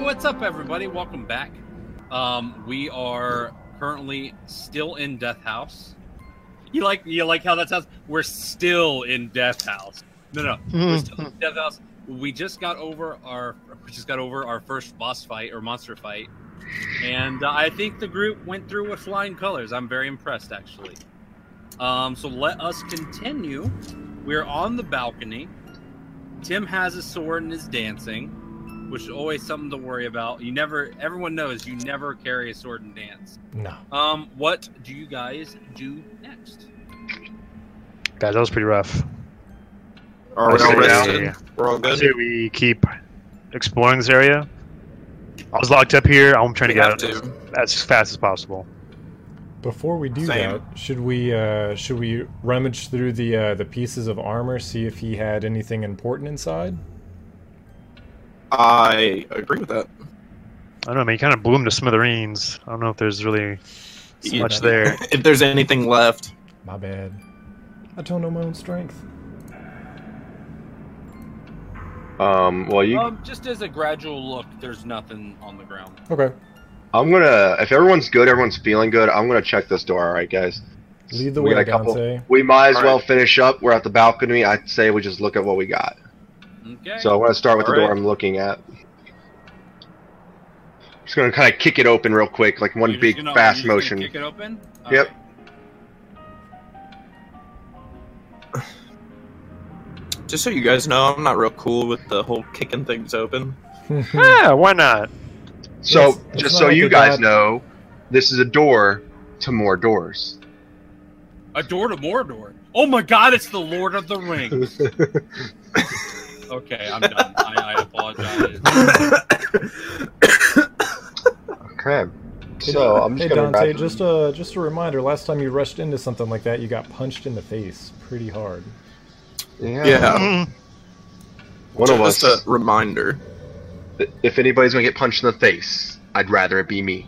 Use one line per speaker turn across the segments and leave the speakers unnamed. what's up, everybody? Welcome back. Um, we are currently still in Death House. You like you like how that sounds? We're still in Death House. No, no,
Mm-hmm.
Hmm.
we're still in Death House. We just got over our we just got over our first boss fight or monster fight, and uh, I think the group went through with flying colors. I'm very impressed, actually. Um, so let us continue. We're on the balcony. Tim has his sword and is dancing, which is always something to worry about. You never, everyone knows, you never carry a sword and dance.
No.
Um, what do you guys do next?
Guys, that was pretty rough.
Are
I
we all
say-
rested? We're all
I
good.
say we keep exploring this area. I was locked up here. I'm trying
We
to get out
have to.
as fast as possible.
Before we do
Same.
that, should we uh, should we rummage through the uh, the pieces of armor, see if he had anything important inside?
I agree with that.
I don't know, man. You kind of blew him to smithereens. I don't know if there's really
Yeah.
much there.
If there's anything left,
My bad. I don't know my own strength.
Um, well, you,
Um, just as a gradual look, there's nothing on the ground.
Okay,
I'm gonna. If everyone's good, everyone's feeling good. I'm gonna check this door. All right, guys.
lead the
We got
way,
a couple-
Dante.
We might as
All
well
right.
finish up. We're at the balcony. I'd say we just look at what we got.
Okay.
So I want to start with
All
the door
right.
I'm looking at. Just gonna kind of kick it open real quick, like one
You're just
big
gonna-
fast
you're just
motion.
gonna Kick it open. All
Yep.
right.
just so you guys know, I'm not real cool with the whole kicking things open. Hmm.
yeah, Ah, why not?
So
It's- it's
just
not
so
like
you
a
guys
bad-
know, this is a door to more doors.
A door to Mordor. Oh my God! It's the Lord of the Rings. okay, I'm done. I, I apologize.
Okay. So I'm
hey
just gonna.
Dante,
grab-
just a just a reminder. Last time you rushed into something like that, you got punched in the face pretty hard.
yeah.
Yeah,
Mm.
One of us.
just a reminder.
If anybody's gonna get punched in the face, I'd rather it be me.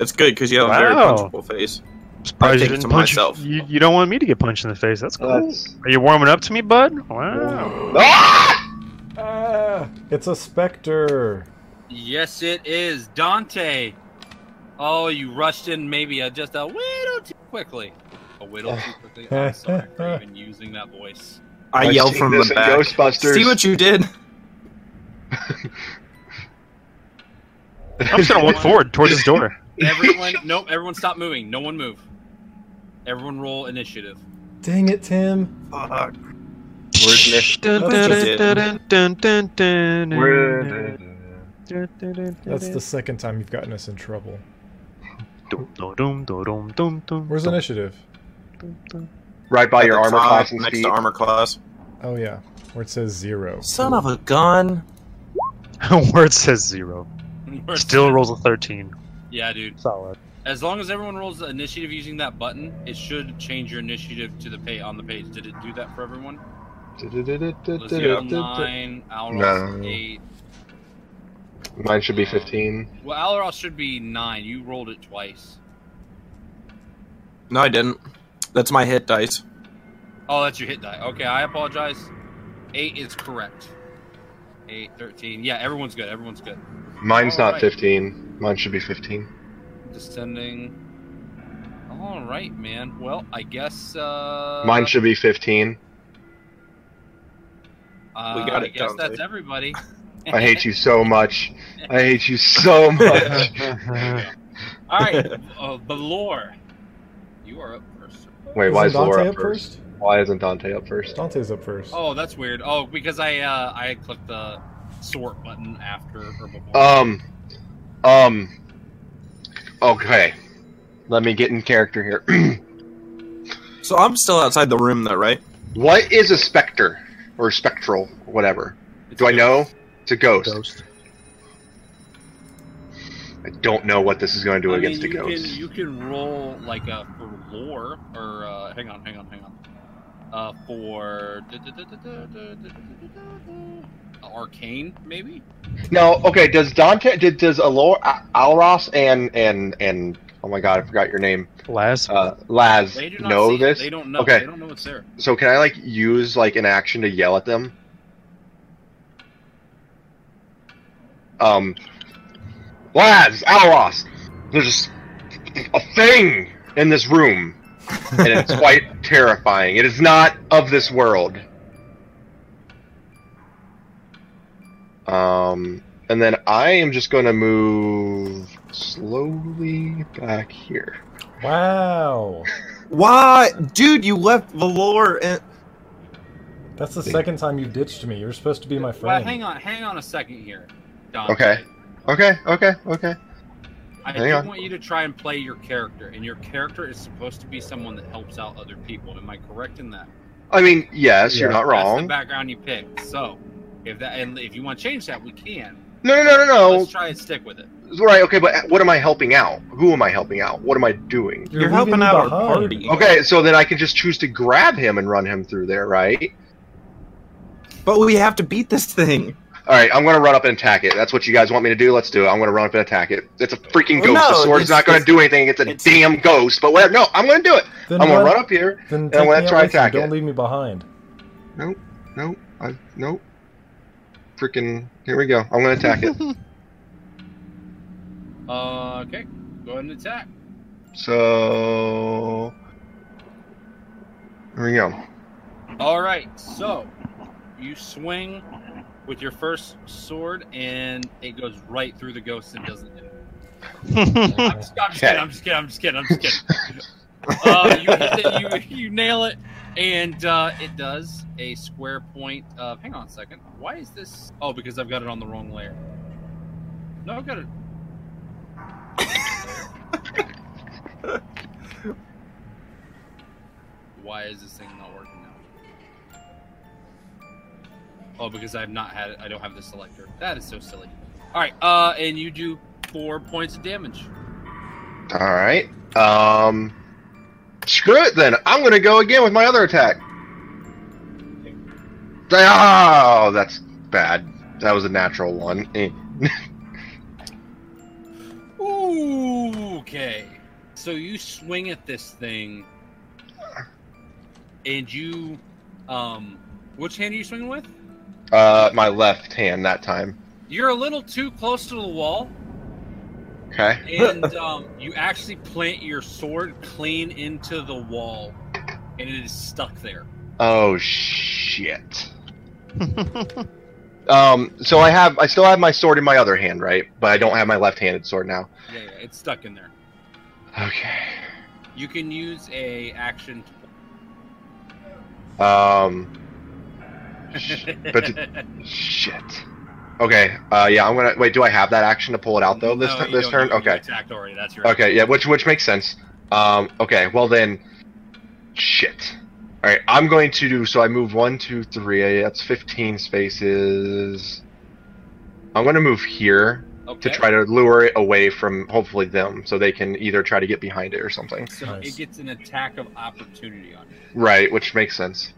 It's good because you have a very
Wow.
punchable face.
Surprised you
think
didn't
to
punch
myself.
You, you don't want me to get punched in the face. That's cool.
That's-
Are you warming up to me, bud? Wow.
Ah!
Ah, it's a specter.
Yes, it is Dante. Oh, you rushed in maybe a, just a whittle too quickly. A whittle too quickly. I'm sorry for even using that voice.
I
I've
yell
seen
from
this
the
in
back.
Ghostbusters.
See what you did?
I'm just gonna walk forward towards this door.
Everyone, nope. Everyone, stop moving. No one move. Everyone, roll initiative.
Dang it, Tim.
Fuck.
Where's Nick?
That's
That's the second time you've gotten us in trouble. Where's
Where's
initiative?
right by your
At the
armor
top,
class and
next
speed.
to armor class.
Oh yeah, where it says zero.
Son of a gun.
Word says zero. Still rolls a 13.
Yeah, dude.
Solid.
As long as everyone rolls the initiative using that button, it should change your initiative to the pay on the page. Did it do that for everyone? Let's roll nine. I'll roll
No.
eight.
Mine should be 15.
Well, Alaros should be nine. You rolled it twice.
No, I didn't. That's my hit dice.
Oh, that's your hit die. Okay, I apologize. Eight is correct. Eight, 13. Yeah, everyone's good. Everyone's good.
Mine's not
Alright.
15. Mine should be 15.
Descending. All right, man. Well, I guess. Uh,
Mine should be 15.
Uh,
We got
I
it,
guess
Dante.
that's everybody.
I hate you so much. I hate you so much.
All right, uh, the lore. You are up first.
Wait,
Isn't
why is Laura
Dante
up first? Why isn't Dante up first?
Dante's up first.
Oh, that's weird. Oh, because I uh, I clicked the sort button after or before.
Um, um, okay. Let me get in character here.
So I'm still outside the room, though, right?
what is a specter or spectral, whatever?
It's
Do I
good.
know? It's a ghost.
Ghost.
I don't know what this is going to do
I mean,
against
you
a ghost.
Can, you can roll like a for lore or uh, hang on, hang on, hang on. Uh, for arcane, maybe.
No, okay. Does Dante did does Alor, Al- Alros and and and oh my god, I forgot your name.
Last.
Uh, Laz
They do not
know
see it.
this.
They don't know.
Okay.
They don't know what's there.
So can I like use like an action to yell at them? Um, lads, Alros, there's a thing in this room, and it's quite terrifying. It is not of this world. Um, and then I am just going to move slowly back here.
Wow.
Why, dude? You left Valor and
That's the second time you ditched me. You're supposed to be my
Well,
friend.
hang on, hang on a second here, Don.
Okay. Okay, okay, okay.
I
Hang
do
on.
want you to try and play your character, and your character is supposed to be someone that helps out other people. Am I correct in that?
I mean, yes, you're
Yeah.
not
That's the
wrong.
background you picked. So, if that and if you want to change that, we can.
No, no, no, no,
Let's try and stick with it.
no. Right, okay, but what am I helping out? Who am I helping out? What am I doing?
you're,
leaving
helping
me
out our
behind.
party.
Okay, so then I can just choose to grab him and run him through there, right?
but we have to beat this thing.
All right, I'm gonna run up and attack it. That's what you guys want me to do. Let's do it. I'm gonna run up and attack it. It's a freaking
Well,
ghost.
Oh, no,
the sword's
it's-
not gonna
it's-
do anything. It's a
it's-
damn ghost. But whatever. No, I'm gonna do it.
Then
I'm gonna
run-
run up here.
Then
I'm
take
gonna
me
try
out with you.
attack
Don't
it.
leave me behind.
No, I no. Freaking. Here we go. I'm gonna attack it.
Uh, okay, go ahead and attack.
so. Here we go.
All right, so you swing with your first sword, and it goes right through the ghost and doesn't. hit. I'm just, I'm just kidding. I'm just kidding. I'm just kidding. I'm just kidding. uh, you, hit it, you, you nail it, and uh, it does a square point of. Hang on a second. Why is this? Oh, because I've got it on the wrong layer. No, I've got it. Why is this thing not working now? Oh, because I've not had it. I don't have the selector. That is so silly. All right, uh, and you do four points of damage.
All right. Um. Screw it then. I'm gonna go again with my other attack. Oh, that's bad. That was a natural one. Eh.
Ooh, okay. So you swing at this thing, and you, um, which hand are you swinging with?
Uh, my left hand that time.
You're a little too close to the wall,
Okay.
and um, you actually plant your sword clean into the wall, and it is stuck there.
Oh shit. um. So I have. I still have my sword in my other hand, right? But I don't have my left-handed sword now.
Yeah, yeah it's stuck in there.
Okay.
You can use a action. To...
Um. sh- but shit. Okay. Uh. Yeah. I'm gonna wait. Do I have that action to pull it out though? This
No,
tu-
you
this
don't
turn.
know. You
Okay.
attacked already. That's your
Okay, yeah, which which makes sense. Um, okay, well then, shit. All right, I'm going to do so. I move one, two, three. That's 15 spaces. I'm going to move here
Okay.
to try to lure it away from hopefully them, so they can either try to get behind it or something.
So
Nice.
it gets an attack of opportunity on you.
Right, which makes sense.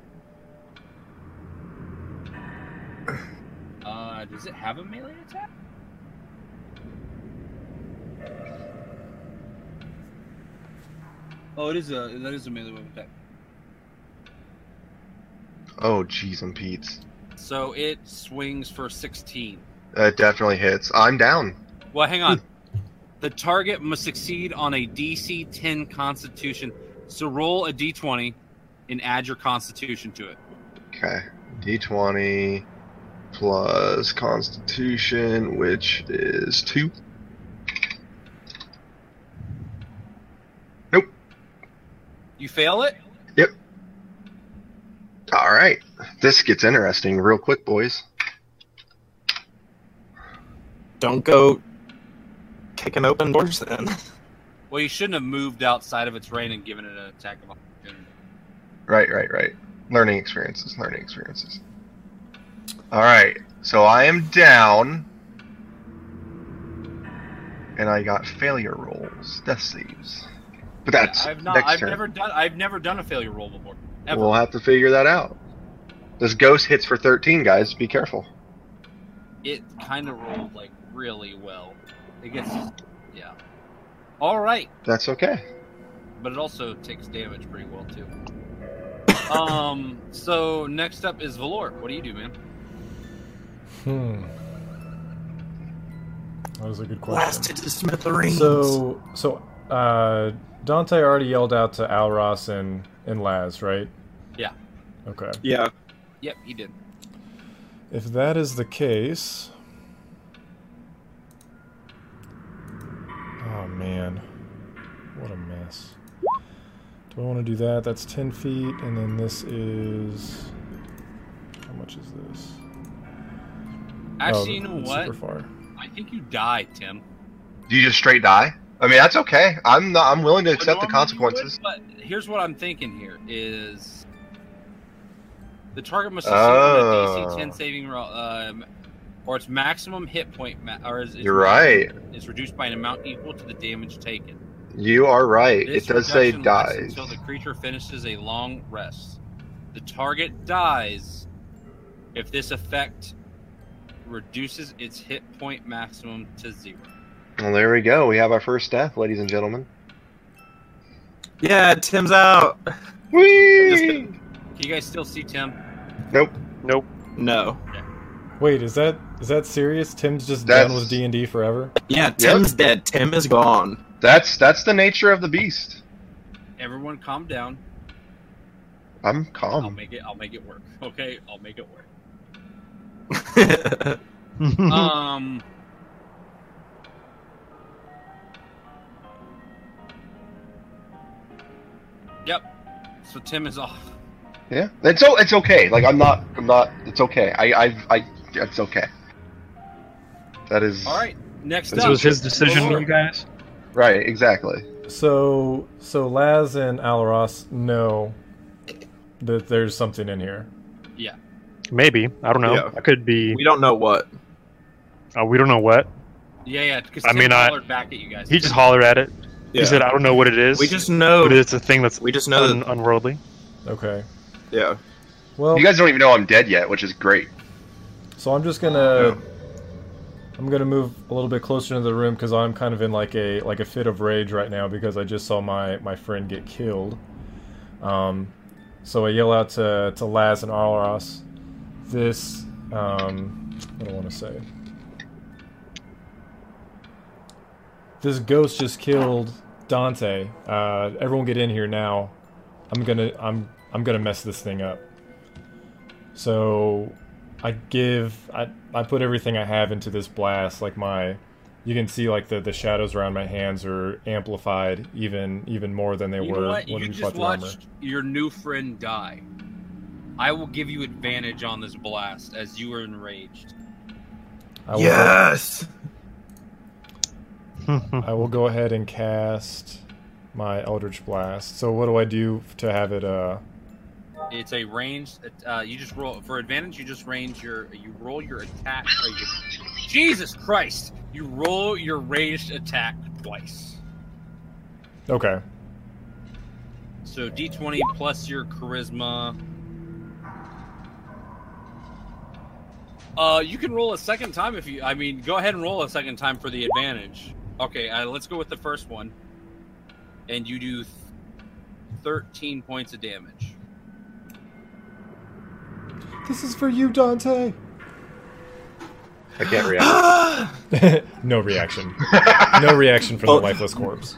Uh, does it have a melee attack? Oh, it is a that is a melee weapon attack.
Oh, jeez, and Pete's.
So it swings for sixteen.
That definitely hits. I'm down.
Well, hang on. the target must succeed on a DC ten Constitution. So roll a D twenty and add your Constitution to it.
Okay, D20 plus Constitution, which is two.
You fail it.
All right. This gets interesting real quick, boys.
Don't go kicking open doors then.
Well, you shouldn't have moved outside of its range and given it an attack of opportunity.
Right, right, right. Learning experiences, learning experiences. All right. So I am down. And I got failure rolls, death saves. But that's
I've not.
next
I've
turn.
never done. I've never done a failure roll before. Ever.
We'll have to figure that out. This ghost hits for 13, guys. Be careful.
it kind of rolled like really well. It gets, yeah. All right,
That's okay.
but it also takes damage pretty well too. Um. So next up is Valor. What do you do, man?
Hmm. That was a good question.
Blasted to smithereens.
So, so uh, Dante already yelled out to Alros and and Laz, right?
Yeah.
Okay.
yeah,
Yep, he did.
If that is the case, oh man, what a mess. Do I want to do that? That's ten feet, and then this is how much is this?
Actually,
Oh,
you know
it's
what?
Super far.
I think you die, Tim.
Do you just straight die? I mean, that's okay. I'm not, I'm willing to accept the
Well, normally you would,
consequences.
But here's what I'm thinking here is the target must succeed on a
Oh.
DC 10 saving roll, um, or its maximum hit point, ma- or is, is
You're right.
is reduced by an amount equal to the damage taken.
You are right.
This
it does say
reduction lasts
dies.
until the creature finishes a long rest. The target dies if this effect reduces its hit point maximum to zero.
Well, there we go. We have our first death, ladies and gentlemen.
yeah, Tim's out. Just
Whee!
kidding.
Can you guys still see Tim?
Nope.
No.
Wait, is that is that serious? Tim's just
That's-
done with D and D forever.
Yeah, Tim's dead. Tim is gone.
That's that's the nature of the beast.
Everyone, calm down.
I'm
Um.
I'll
calm.
make it. I'll make it work. Okay, I'll make it work.
That's
um. Yep. So Tim is off.
Yeah. It's o- it's okay. Like I'm not I'm not it's okay. I I I it's okay. That is
All right. Next
This
up,
was his decision,
Lord.
you guys.
right, exactly.
So so Laz and Alaros know that there's something in here.
Maybe I don't know.
Yeah.
I could be.
we don't know what.
uh, we don't know what.
Yeah, yeah. Because
I
Tim
mean, I-
hollered back at you guys.
He just hollered at it.
Yeah.
He said, "I don't know what it is."
we just know.
But it's a thing that's
We just know.
un-
That,
unworldly.
Okay.
yeah.
Well,
You guys don't even know I'm dead yet, which is great.
So I'm just gonna I'm gonna move a little bit closer to the room because I'm kind of in like a like a fit of rage right now because I just saw my my friend get killed. Um, so I yell out to to Laz and Arlos. This um, what do I want to say. This ghost just killed Dante. Uh, everyone get in here now. I'm gonna I'm I'm gonna mess this thing up. So I give I, I put everything I have into this blast like my you can see like the, the shadows around my hands are amplified even even more than they
You
were
know what?
when
You
we
just
fought the armor.
watched your new friend die. I will give you advantage on this blast as you are enraged.
I will,
Yes.
I will go ahead and cast my Eldritch Blast. So what do I do to have it uh
It's a range. Uh, you just roll for advantage. You just range your. You roll your attack. Or your, Jesus Christ! You roll your ranged attack twice.
Okay.
So D20 plus your charisma. Uh, you can roll a second time if you. I mean, go ahead and roll a second time for the advantage. Okay, uh, let's go with the first one. And you do th- 13 points of damage.
This is for you, Dante.
I can't react.
the
no reaction. No reaction from the
Oh.
lifeless corpse.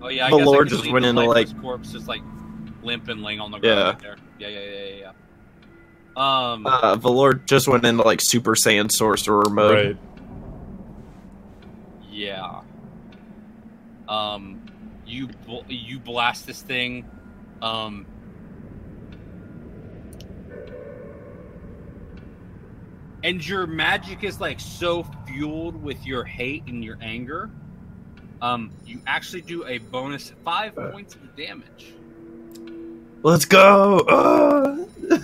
Oh yeah, I
The
guess
Lord
I could
just
leave
went
the
into,
lifeless corpse just like limping, laying on the ground.
Yeah.
right there. Yeah, yeah, yeah, yeah, yeah. Um,
uh, Valor just went into like Super Saiyan Sorcerer mode.
Right.
Yeah. Um, you bl- you blast this thing. Um. And your magic is like so fueled with your hate and your anger. Um, you actually do a bonus five points of damage
Let's go. Uh,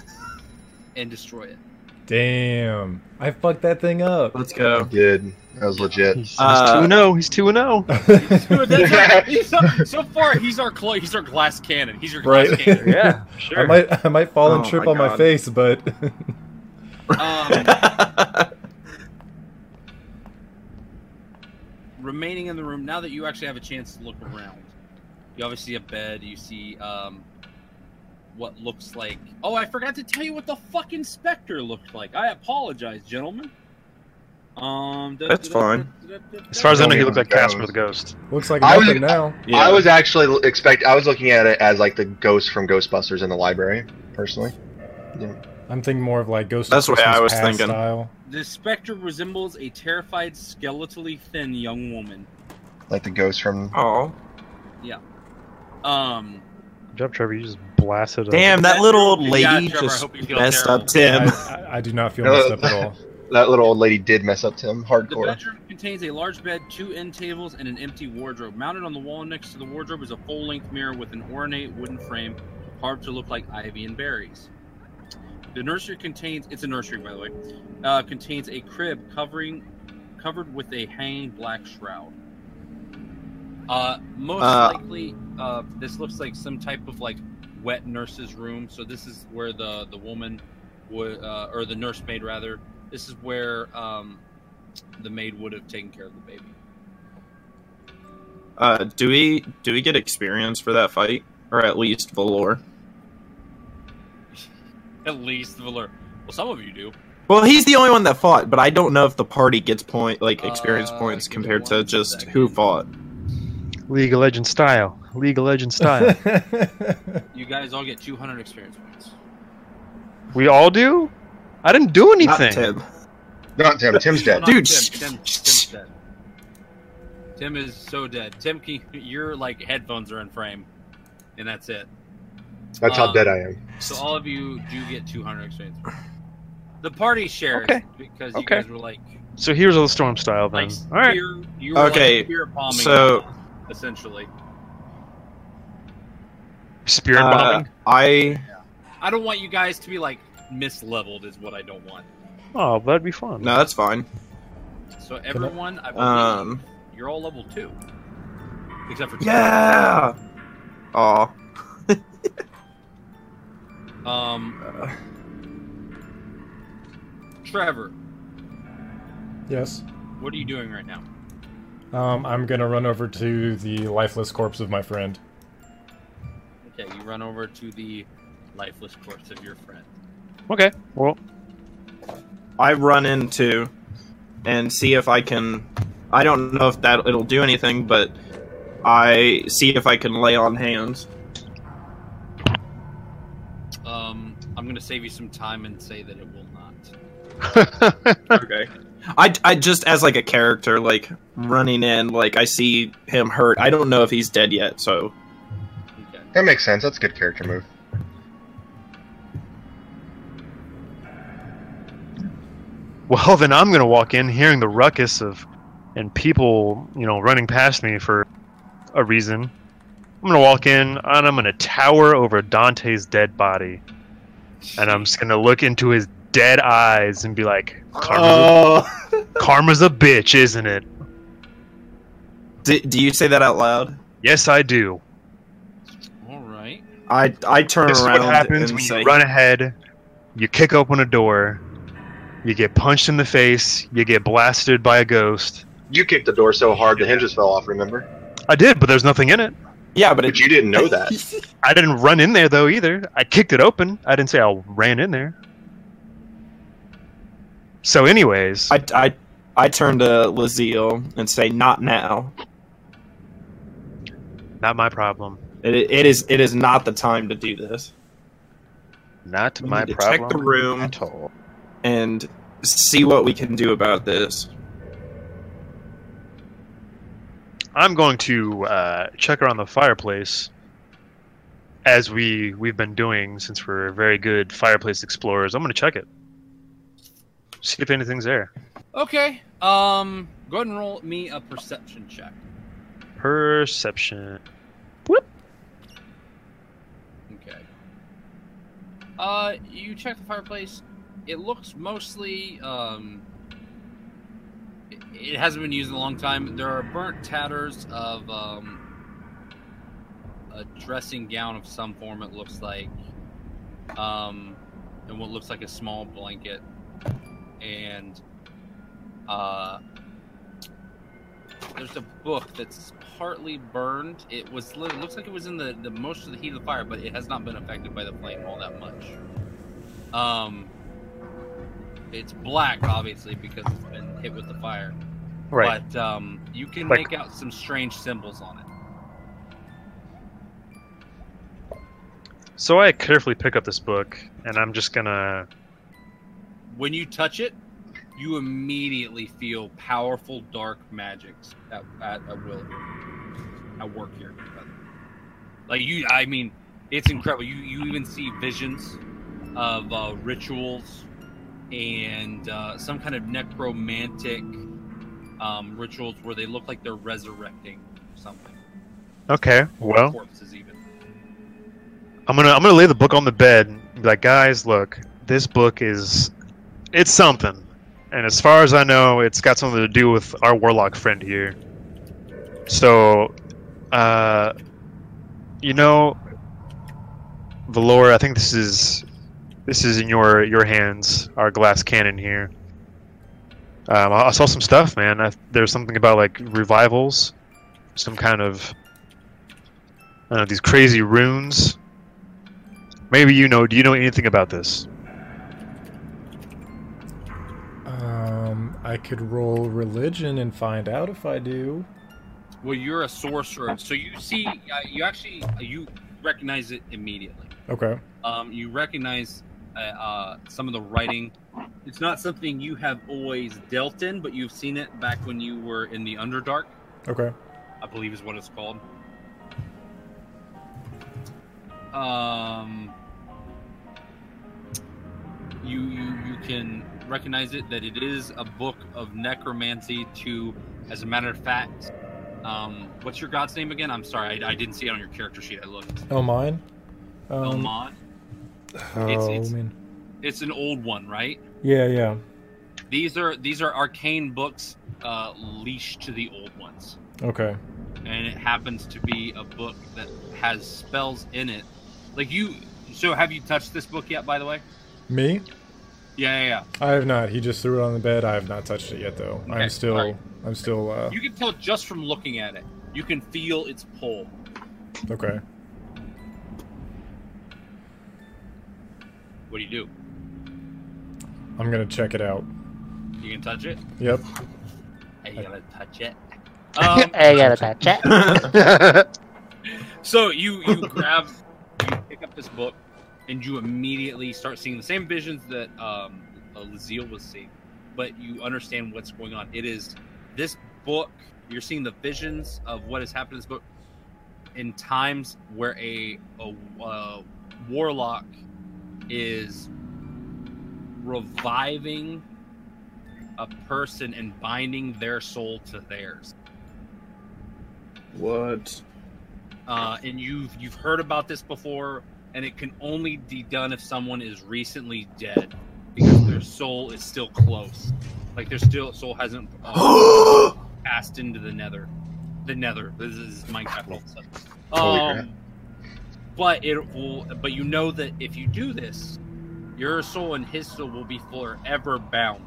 and destroy it.
Damn. I fucked that thing up.
let's go.
Good. That was legit.
He's,
Uh,
he's two zero. He's two oh. zero.
Dude, that's our- he's so, so far, he's our clo- he's our glass cannon. He's your glass
Right.
cannon.
Yeah,
I
sure.
might I might fall and
Oh
trip
my
on my
God.
face, but
Um, remaining in the room now that you actually have a chance to look around you obviously see a bed you see um what looks like oh i forgot to tell you what the fucking specter looked like i apologize gentlemen Um, da-
That's
da- da-
fine.
da- da- da- da-
As far as I know, he
Yeah,
looked like
that
Casper
was-
the Ghost.
Looks like
I was-
nothing now.
Yeah.
I was actually l- expect. I was looking at it as like the ghost from Ghostbusters in the library, personally.
I'm thinking more of like Ghost.
That's
of
what I
Christmas
was
Past
thinking.
Style.
The specter resembles a terrified, skeletally thin young woman.
Like the ghost from.
Oh,
Um,
Job, Trevor, you just blasted. a-
damn! That little old
Yeah,
lady
Trevor, I
just
hope you feel
messed
terrible.
up Tim.
I, I- I do not feel messed up at all.
That little old lady did mess up Tim
the
hardcore.
bedroom contains a large bed, two end tables, and an empty wardrobe. Mounted on the wall next to the wardrobe is a full-length mirror with an ornate wooden frame carved to look like ivy and berries. The nursery contains it's a nursery by the way. Uh, contains a crib covering covered with a hanging black shroud. Uh, most
Uh,
likely, uh, this looks like some type of like wet nurse's room. So this is where the the woman would, uh, or the nursemaid rather. This is where um, the maid would have taken care of the baby.
Uh, do we do we get experience for that fight, or at least Valor?
At least Valor. Well, some of you do.
Well, he's the only one that fought, but I don't know if the party gets point like experience
Uh,
points
give me
compared to
one
just
second.
who fought.
League of Legends style. League of Legends style.
You guys all get 200 experience points.
we all do. I didn't do
Not
anything.
Tim.
Not Tim. Tim's dead.
No, not
Dude, sh-
Tim, Tim, Tim's dead. Tim is so dead. Tim, can you, your like headphones are in frame, and that's it.
That's how
Um,
dead I am.
So all of you do get 200 experience. points. The party shares
Okay.
because you
Okay.
guys were like,
So here's all the storm style then.
like
all right.
spear- you were
Okay,
like spear bombing.
so-
essentially,
Spirit
Uh,
bombing.
I
I don't want you guys to be like misleveled. Is what I don't want.
Oh, that'd be fun.
no, that's fine.
So everyone, I believe
Um,
you're all level two, except for Tim.
yeah. Aw.
Um,
Uh,
Trevor,
yes.
what are you doing right now?
Um, I'm gonna run over to the lifeless corpse of my friend.
Okay, you run over to the lifeless corpse of your friend.
Okay. Well,
I run into and see if I can. I don't know if that it'll do anything, but I see if I can lay on hands.
Um, I'm gonna save you some time and say that it will not.
okay. I, I just as like a character like running in like I see him hurt. I don't know if he's dead yet, so
Okay.
That makes sense. That's a good character move.
well, then I'm gonna walk in, hearing the ruckus of, and people, you know, running past me for a reason. I'm gonna walk in and I'm gonna tower over Dante's dead body, and I'm just gonna look into his dead eyes and be like, "Karma's,
Oh.
a, karma's a bitch, isn't it?"
D- do you say that out loud?
Yes, I do.
All right.
I I turn
This is
around
what happens
and
when
say,
you run ahead, you kick open a door, you get punched in the face, you get blasted by a ghost.
You kicked the door so hard the hinges fell off. Remember?
I did, but there's nothing in it.
"Yeah, but
But
it,
you didn't know that.
I didn't run in there though either. I kicked it open. I didn't say I ran in there. So, anyways,
I I I turn to Lazille and say, "Not now.
not my problem.
It, it is it is not the time to do this."
Not
We
my
need to
problem.
check the room.
at all.
and see what we can do about this.
I'm going to uh, check around the fireplace, as we we've been doing since we're very good fireplace explorers. I'm going to check it, see if anything's there.
Okay. Um, go ahead and roll me a perception check.
Perception.
Okay. Uh, you check the fireplace. It looks mostly um. it- It hasn't been used in a long time. There are burnt tatters of um, a dressing gown of some form. It looks like, um, and what looks like a small blanket, and uh, there's a book that's partly burned. It was it looks like it was in the, the most of the heat of the fire, but it has not been affected by the flame all that much. Um, it's black, obviously, because it's been hit with the fire.
Right.
But um, you can
Like-
make out some strange symbols on it.
So I carefully pick up this book, and I'm just gonna.
When you touch it, you immediately feel powerful dark magics at, at, at will here, at work here. rather. Like you, I mean, it's incredible. You you even see visions of uh, rituals and uh, some kind of necromantic um, rituals where they look like they're resurrecting something.
Okay.
or
Well,
corpses even.
I'm gonna I'm gonna lay the book on the bed. and be like, guys, look, this book is, it's something, and as far as I know, it's got something to do with our warlock friend here. So, uh, you know, Valor, I think this is, this is in your your hands, our glass cannon here. Um, I, I saw some stuff, man. I, there's something about like revivals, some kind of. I don't know, these crazy runes Maybe you know. Do you know anything about this?
Um, I could roll religion and find out if I do.
Well, you're a sorcerer, so you see, uh, you actually you recognize it immediately.
Okay.
Um, you recognize uh, uh, some of the writing. It's not something you have always dealt in, but you've seen it back when you were in the Underdark,
Okay.
I believe is what it's called. Um, you you you can recognize it that it is a book of necromancy. To, as a matter of fact, um, what's your god's name again? I'm sorry, I, I didn't see it on your character sheet. I looked.
Oh, mine. Um,
Elmon.
Oh,
It's- it's-
I mean,
It's an old one, right?
yeah, yeah.
These are these are arcane books uh, leashed to the old ones,
Okay.
and it happens to be a book that has spells in it. Like you, so have you touched this book yet? By the way,
Me?
yeah, yeah.
I have not. He just threw it on the bed. I have not touched it yet, though.
Okay,
I'm still.
alright.
I'm still. Uh,
yeah. You can tell just from looking at it. You can feel its pull.
okay.
What do you do?
I'm gonna check it out.
You can touch it.
Yep.
I gotta touch it.
I
Um,
gotta touch it.
So you you grab, you pick up this book, and you immediately start seeing the same visions that um, uh, Laziel was seeing, but you understand what's going on. It is this book. You're seeing the visions of what has happened in this book in times where a, a uh, warlock is reviving a person and binding their soul to theirs
What?
uh, and you've you've heard about this before, and it can only be done if someone is recently dead because their soul is still close, like their still soul hasn't uh, passed into the nether. The nether. This is Minecraft. all of a sudden.
Holy
Um,
crap.
but it will. But you know that if you do this, your soul and his soul will be forever bound,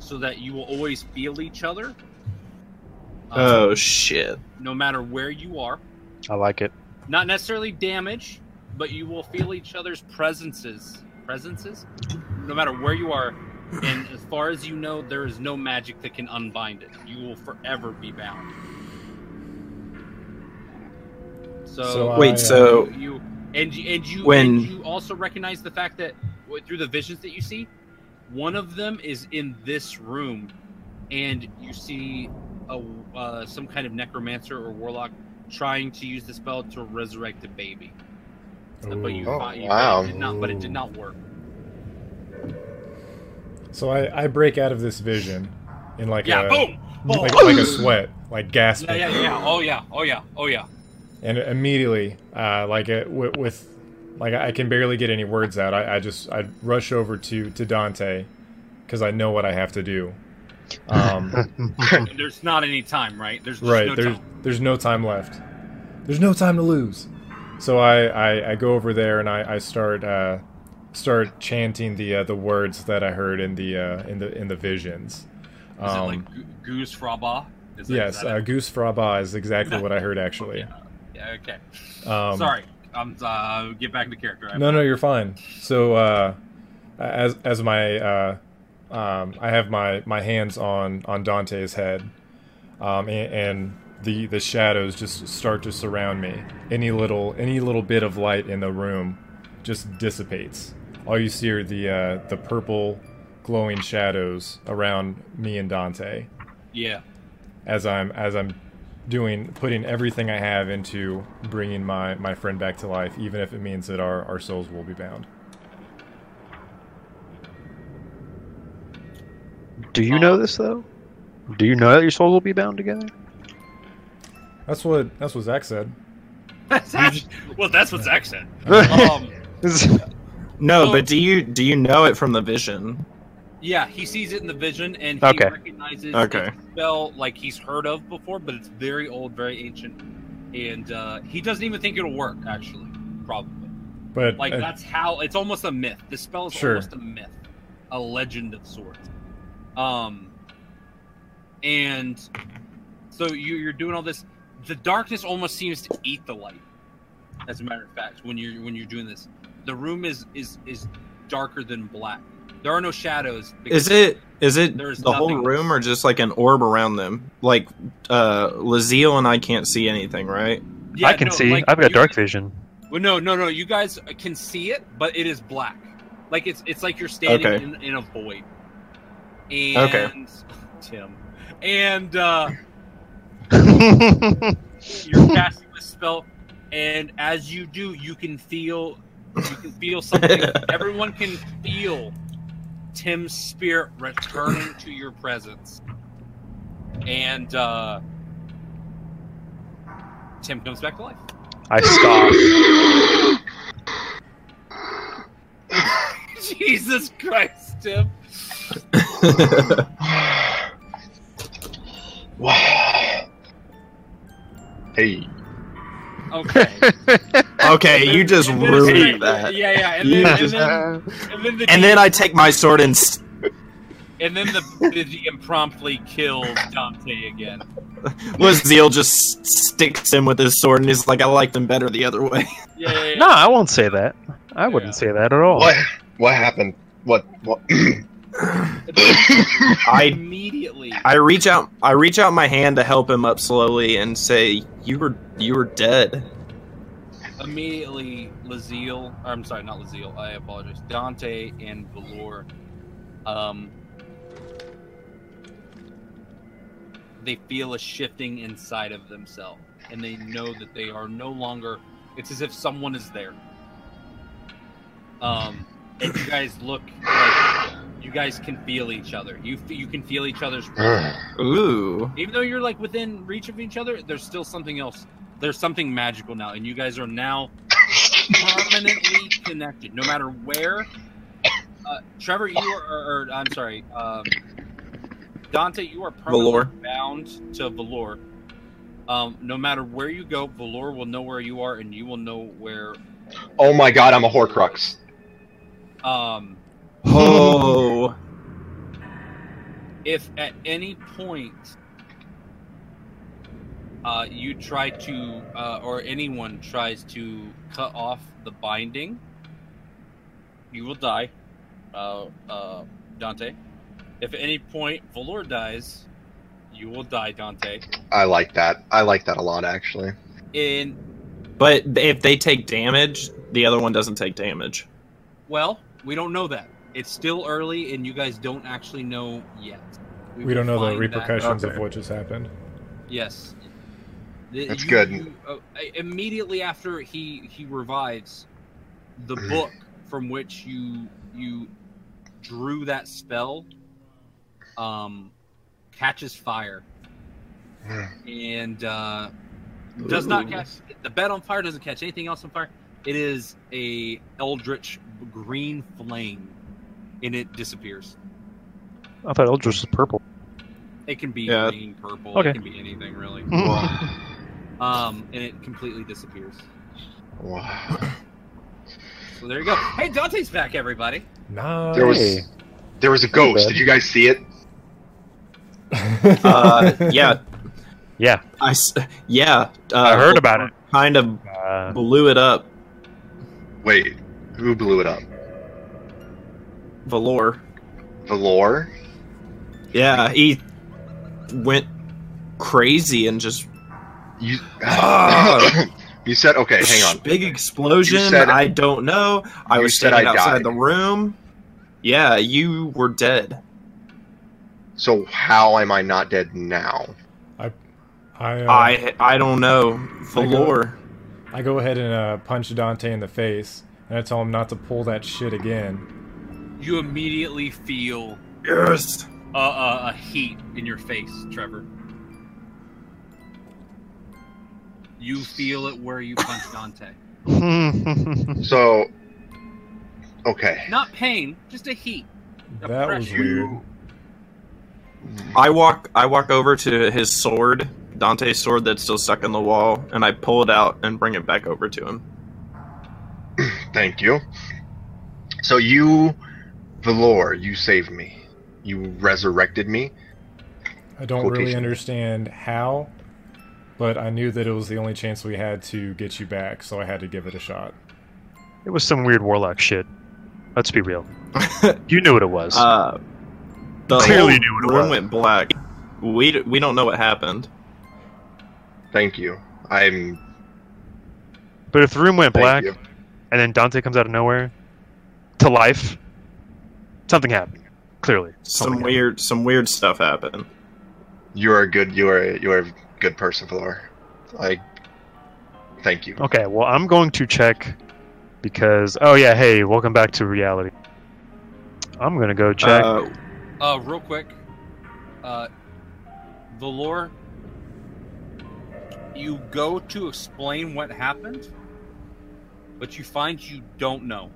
so that you will always feel each other. uh,
oh shit.
No matter where you are
I like it.
not necessarily damage, but you will feel each other's presences. Presences? No matter where you are. And as far as you know, there is no magic that can unbind it. You will forever be bound. So,
So, uh,
Wait,
I,
so
you and you and you
When-
and you also recognize the fact that w- through the visions that you see, one of them is in this room, and you see a uh, some kind of necromancer or warlock trying to use the spell to resurrect a baby. But you,
Ooh.
Oh,
find- you-
wow.
it did not, but it did
Ooh.
not work.
So I, I break out of this vision, in like
yeah,
a
boom, boom.
like, like a sweat, like gasping,
yeah, yeah, yeah. Oh yeah, oh yeah, oh yeah.
and immediately, uh, like it with, with, like I can barely get any words out. I, I just I rush over to to Dante, because I know what I have to do. Um,
And there's not any time, right? There's just
right
no
there's
time.
there's no time left there's no time to lose so i i, I go over there and i i start uh start chanting the uh, the words that i heard in the uh in the in the visions
Is it
um
like goo- goose fraba? Is that- is
yes
that
uh,
it?
goose fraba is exactly what i heard actually
yeah, okay.
um
Sorry, I'm uh, get back into character. I
no no you're fine so uh as as my uh um, I have my, my hands on, on Dante's head, um, and, and the the shadows just start to surround me. Any little any little bit of light in the room just dissipates. All you see are the uh, the purple glowing shadows around me and Dante
Yeah.
as I'm as I'm doing putting everything I have into bringing my my friend back to life, even if it means that our our souls will be bound.
Do you know this though? Do you know that your souls will be bound together?
That's what that's what Zach said.
well, that's what Zach said. Um,
No,
Oh.
but do you do you know it from the vision?
yeah, he sees it in the vision and he
Okay.
recognizes
Okay.
it's a spell like he's heard of before, but it's very old, very ancient, and uh, he doesn't even think it'll work. Actually, probably
But
like
uh,
that's how it's almost a myth. The spell is
Sure.
almost a myth, a legend of sorts. Um, and so you, you're doing all this. The darkness almost seems to eat the light. As a matter of fact, when you're when you're doing this, the room is is is darker than black. There are no shadows. because-
Is it is it
There's
the whole
nothing.
room or just like an orb around them? Like uh Lazio and I can't see anything, right?
Yeah,
I can
no,
see.
like,
I've got
you-
dark vision.
Well, no, no, no. You guys can see it, but it is black. Like it's it's like you're standing
Okay.
in, in a void. And Tim, and uh, you're casting this spell, and as you do, you can feel you can feel something. Everyone can feel Tim's spirit returning to your presence, and uh, Tim comes back to life.
I scoff.
Jesus Christ, Tim.
wow. Hey.
Okay.
okay, you just
And then it's
ruined
like-
that.
Yeah, yeah. And
You
then,
just-
and then, and then, the,
And then I take my sword and s-
and then the, the, the impromptly kills Dante again.
Lazio just s- sticks him with his sword and is like, I like them better the other way.
Yeah, yeah, yeah.
no, I won't say that. I wouldn't
Yeah.
say that at all.
What? What happened? What? What?
And then
I
immediately.
I reach out I reach out my hand to help him up slowly and say, You were you were dead.
immediately Lazille, or I'm sorry, not Lazille, I apologize. Dante and Valor, um, they feel a shifting inside of themselves, and they know that they are no longer. It's as if someone is there. Um, and you guys look like you guys can feel each other. You f- you can feel each other's
Ooh.
even though you're like within reach of each other, there's still something else. There's something magical now, and you guys are now permanently connected. No matter where, uh, Trevor, you are, or, or I'm sorry, um, Dante, you are permanently
Valor.
bound to Valor. Um, no matter where you go, Valor will know where you are, and you will know where.
oh my god, I'm a Horcrux.
Um,
Oh
if at any point uh, you try to uh, or anyone tries to cut off the binding you will die uh, uh, dante if at any point valor dies you will die dante
I like that. I like that a lot, actually.
in
But if they take damage, the other one doesn't take damage.
well we don't know that it's still early and you guys don't actually know yet
we don't know the
repercussions.
repercussions of
Okay.
what just happened.
Yes. The-
That's
you-
good.
you- uh, immediately after he he revives, the
Mm-hmm.
book from which you you drew that spell um, catches fire
Mm-hmm.
and uh, does not
Ooh.
catch the bed on fire. Doesn't catch anything else on fire. It is a eldritch green flame, and it disappears.
I thought Eldritch was purple.
It can be
Yeah.
green, purple.
Okay.
It can be anything really.
Wow.
Um, and it completely disappears.
Wow.
So there you go. Hey, Dante's back, everybody.
Nice.
There was there was a ghost.
bad.
Did you guys see it?
Uh, yeah,
Yeah,
I s- yeah. Uh,
I heard about it.
Kind of
Uh,
blew it up,
Wait, who blew it up?
Valor.
Valor.
Yeah, he went crazy and just
You,
Ah.
you said okay. Hang on.
big explosion.
You said-
I don't know. I
You
was
said
standing
I
outside
died.
the room. Yeah, you were dead.
So how am I not dead now?
I, uh, I
I I don't know the
I go-
lore.
go ahead and uh, punch Dante in the face, and I tell him not to pull that shit again.
You immediately feel
Yes.
a, a, a heat in your face, Trevor. You feel it where you punch Dante.
So okay.
Not pain, just a heat. A
That was
pressure.
weird.
You-
I walk I walk over to his sword, Dante's sword that's still stuck in the wall, and I pull it out and bring it back over to him.
Thank you. So you, Valor, you saved me. You resurrected me.
I don't really
Quotation.
understand how, but I knew that it was the only chance we had to get you back, so I had to give it a shot.
It was some weird warlock shit. Let's be real. You knew what it was.
Uh, the
Clearly
whole
knew what it
room
was.
went black. We d- we don't know what happened.
Thank you. I'm.
but if the room went
Thank
black
you.
and then Dante comes out of nowhere to life, something happened. Clearly,
Some
Something
weird some weird stuff happened.
You are a good. You are. You are a good person, Valor. I. Thank you.
Okay, well, I'm going to check because. Oh, yeah, hey, welcome back to reality. I'm going to go check.
Uh,
Uh, real quick, uh, Valor, you go to explain what happened, but you find you don't know.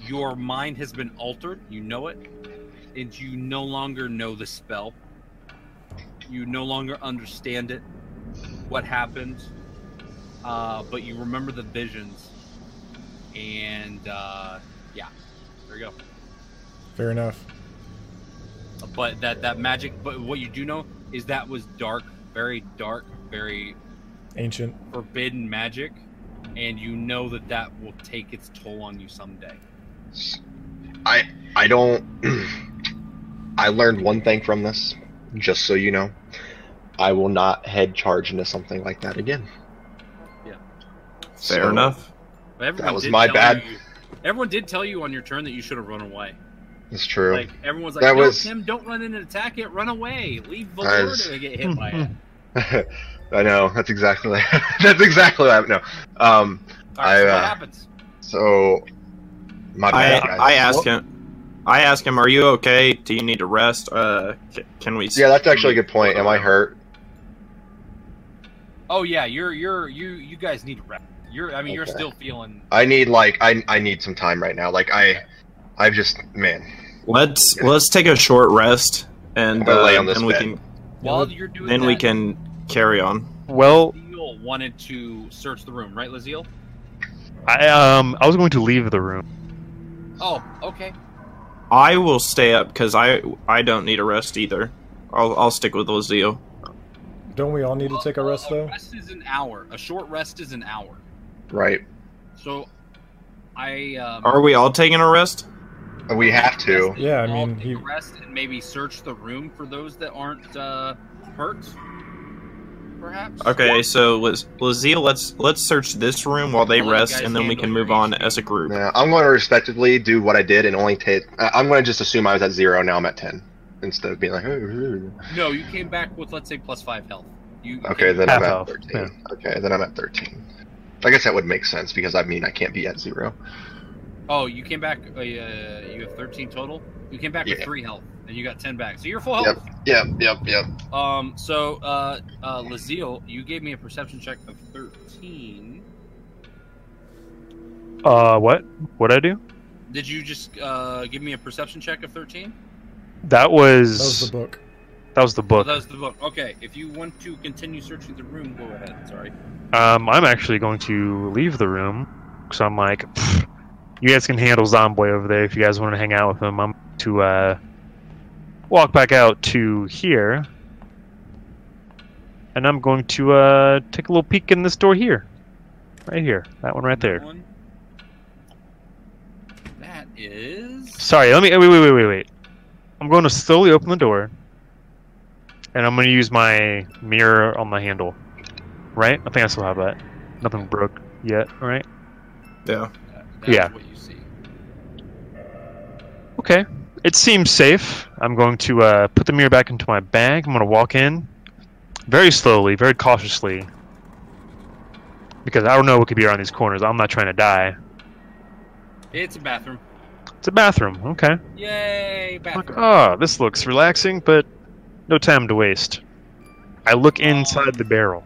Your mind has been altered, you know it, and you no longer know the spell. You no longer understand it, what happened, uh, but you remember the visions. And uh, yeah, there you go
Fair enough.
but that that magic but what you do know is that was dark very dark very
Ancient.
forbidden magic and you know that that will take its toll on you someday
I I don't I learned one thing from this, just so you know. I will not head charge into something like that again.
Yeah.
fair
So,
enough.
but everyone
That was
did
my
tell
bad.
you- everyone did tell you on your turn that you should have run away
It's true.
like everyone's like
That
no
was-
tim don't run in and attack it run away leave
I
Valor
was-
to get hit by it
I know. That's exactly that's exactly what happened. No. Um.
all right so
I,
what
uh,
happens
So my
I
bad. guys.
I ask him. I ask him, "Are you okay? Do you need to rest? Uh, c- can we?"
Yeah, that's actually a good point. Am I hurt?
oh yeah you're you're you you guys need to rest you're i mean you're
Okay.
still feeling
I need like I I need some time right now. Like I I've just man.
Let's let's take a short rest, and
I'm gonna
uh,
lay on this
then we
bed.
can
while you're doing
then we
that,
can carry on.
well,
Laziel wanted to search the room right Laziel?
I, um, I was going to leave the room.
oh okay
I will stay up because I I don't need a rest either. I'll I'll stick with Lazio.
Don't we all need to take a rest though?
rest is an hour. A short rest is an hour.
Right.
So, I um,
Are we all taking a rest?
We have to.
Yeah, I
I'll
mean,
take
he-
a rest and maybe search the room for those that aren't uh, hurt. Perhaps.
Okay, so Laz- Lazio, let's let's search this room while they
I'll let you
rest,
guys
and then we can
handle
move
your
on
HP.
as a group.
Yeah, I'm going to respectively do what I did and only take. I- I'm going to just assume I was at zero. Now I'm at ten instead of being like.
No, you came back with let's say plus five health. You
Okay, then I'm
Half
at
health,
13. Okay, then I'm at 13. I guess that would make sense because I mean I can't be at zero.
Oh, you came back. Uh, you have thirteen total. You came back with
Yeah.
three health, and you got ten back. So you're full health.
Yep, yep, yep.
Um. So, uh, uh, Lazil, you gave me a perception check of thirteen.
Uh, what? What'd I do?
Did you just uh, give me a perception check of 13?
That
that was the
was.
book.
That was the book.
that was the book. Okay, if you want to continue searching the room, go ahead. Sorry.
Um, I'm actually going to leave the room because I'm like, "Pfft, you guys can handle Zomboy over there if you guys want to hang out with him. I'm to uh, walk back out to here, and I'm going to uh, take a little peek in this door here, right here, that one right there.
One. That is
Sorry, let me wait, wait, wait, wait, wait. I'm going to slowly open the door, and I'm going to use my mirror on my handle. Right? I think I still have that. Nothing broke yet. Right?
Yeah.
that's
Yeah.
what you see.
Okay. It seems safe. I'm going to uh, put the mirror back into my bag. I'm going to walk in, very slowly, very cautiously, because I don't know what could be around these corners. I'm not trying to die.
It's a bathroom.
It's a bathroom. Okay.
Yay,
Like,
bathroom.
ah, this looks relaxing, but no time to waste. I look inside the barrel.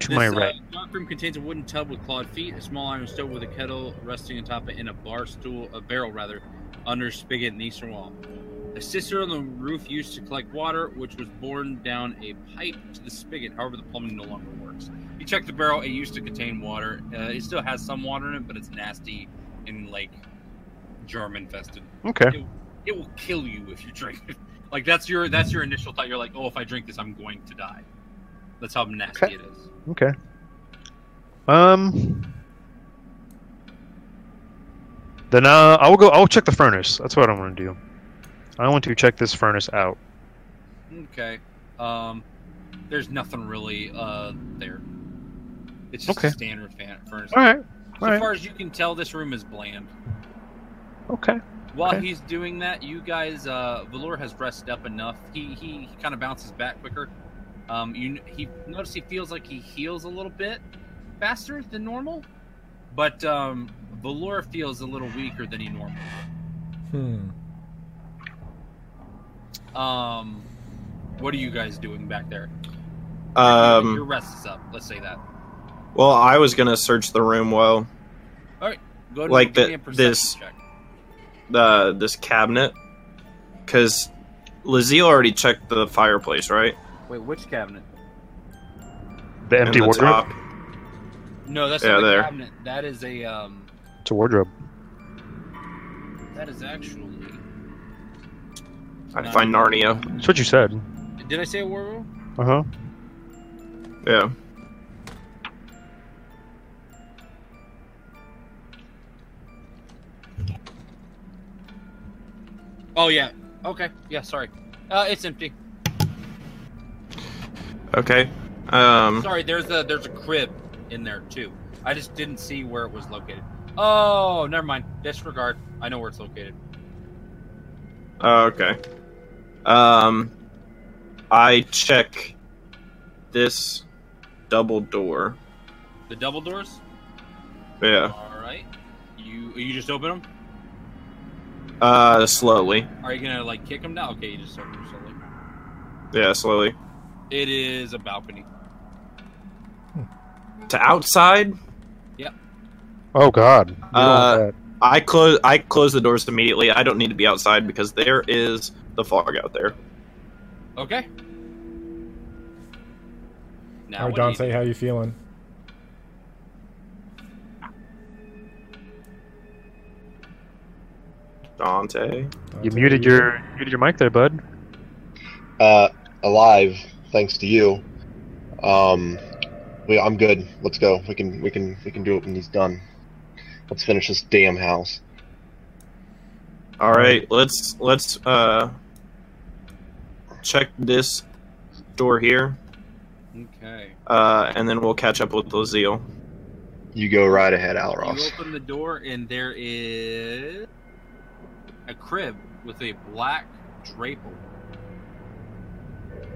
To
This,
my
uh,
right.
dark room contains a wooden tub with clawed feet, a small iron stove with a kettle resting on top of it, and a bar stool, a barrel rather, under a spigot in the eastern wall. A cistern on the roof used to collect water, which was borne down a pipe to the spigot. However, the plumbing no longer works. You check the barrel; it used to contain water. Uh, it still has some water in it, but it's nasty and like germ infested.
Okay.
It will kill you if you drink it. like that's your that's your initial thought. You're like, oh, if I drink this, I'm going to die. That's how nasty
Okay.
it is.
Okay. Um. Then uh, I will go. I'll check the furnace. That's what I want to do. I want to check this furnace out.
Okay. Um, there's nothing really uh there. It's just
Okay.
a standard fan furnace.
All right.
As
All right.
far as you can tell, this room is bland.
Okay.
While
Okay.
he's doing that, you guys, uh, Valor has rested up enough. He he, he kind of bounces back quicker. Um, you kn- he notice he feels like he heals a little bit faster than normal, but um, Valor feels a little weaker than he normally.
Hmm.
Um, what are you guys doing back there?
Um.
Your rest is up. Let's say that.
Well, I was gonna search the room while
Go ahead and
Like
give
the-
me a perception
this-
check.
uh, this cabinet, because Lazille already checked the fireplace, right?
Wait, which cabinet?
The empty
And the
wardrobe.
top.
No, that's
Yeah,
not the
there.
cabinet. That is a um.
It's a wardrobe.
That is actually.
I find Narnia.
That's what you said.
Did I say a werewolf?
Uh huh.
Yeah.
Oh yeah. Okay. Yeah. Sorry. Uh, it's empty.
Okay. Um.
Sorry. There's a there's a crib in there too. I just didn't see where it was located. Oh, never mind. Disregard. I know where it's located.
oh, okay. Um. I check this double door.
The double doors.
Yeah.
All right. You you just open them?
Uh. Slowly.
Are you gonna like kick them now? Okay, you just open them slowly.
Yeah. Slowly.
It is a balcony.
To outside.
Oh God. You don't want
Uh,
that.
I close. I close the doors immediately. I don't need to be outside because there is the fog out there.
Okay. Now what
All right,
do you
Dante, how you feeling?
Dante.
Dante,
you muted your muted your mic there, bud.
Uh, alive, thanks to you. Um, we, I'm good. Let's go. We can, we can, we can do it when he's done. Let's finish this damn house.
All right, let's let's uh check this door here,
Okay.
uh, and then we'll catch up with Lazio.
You go right ahead,
You
Alros.
open the door and there is a crib with a black drape over it.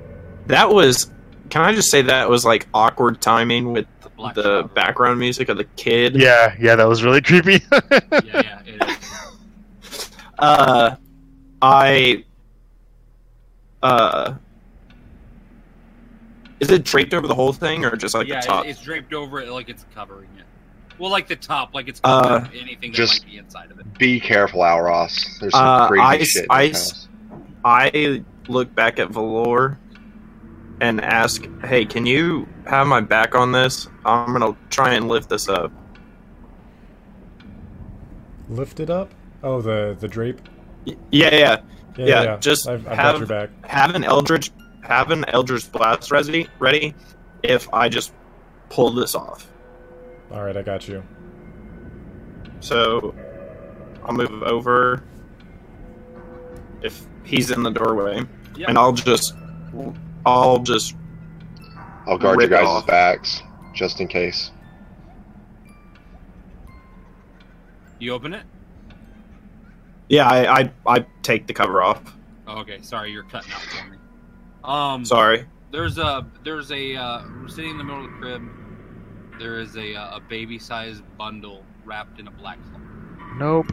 That was. Can I just say that was like awkward timing with
The black
the
shroud.
background music of the kid?
Yeah. Yeah. That was really creepy.
Yeah, yeah, it is.
Uh, I. Uh. Is it draped over the whole thing or just like
yeah,
the
it-
top?
it's draped over it like it's covering it. Well, like the top, like it's
Uh,
covering anything that
just-
might be inside of it.
Be careful, Alros. There's some
Uh,
crazy
I s-
shit. In
I
this
s-
house.
I look back at Valor and ask, "Hey, can you have my back on this? I'm gonna try and lift this up."
Lift it up. Oh, the the drape.
Y- Yeah, yeah. Yeah, just
I've, I've
have-
got your back.
Have an Eldritch, have an Eldritch blast ready. Ready, if I just pull this off.
All right, I got you.
So I'll move over if he's in the doorway,
Yep.
and I'll just, I'll just
I'll guard your
Rip
guys'
off.
backs just in case.
You open it?
yeah, I, I, I take the cover off.
Oh, okay, sorry, you're cutting out for me. Um,
Sorry.
there's a there's a uh, we're sitting in the middle of the crib. There is a uh, a baby sized bundle wrapped in a black cloth.
Nope.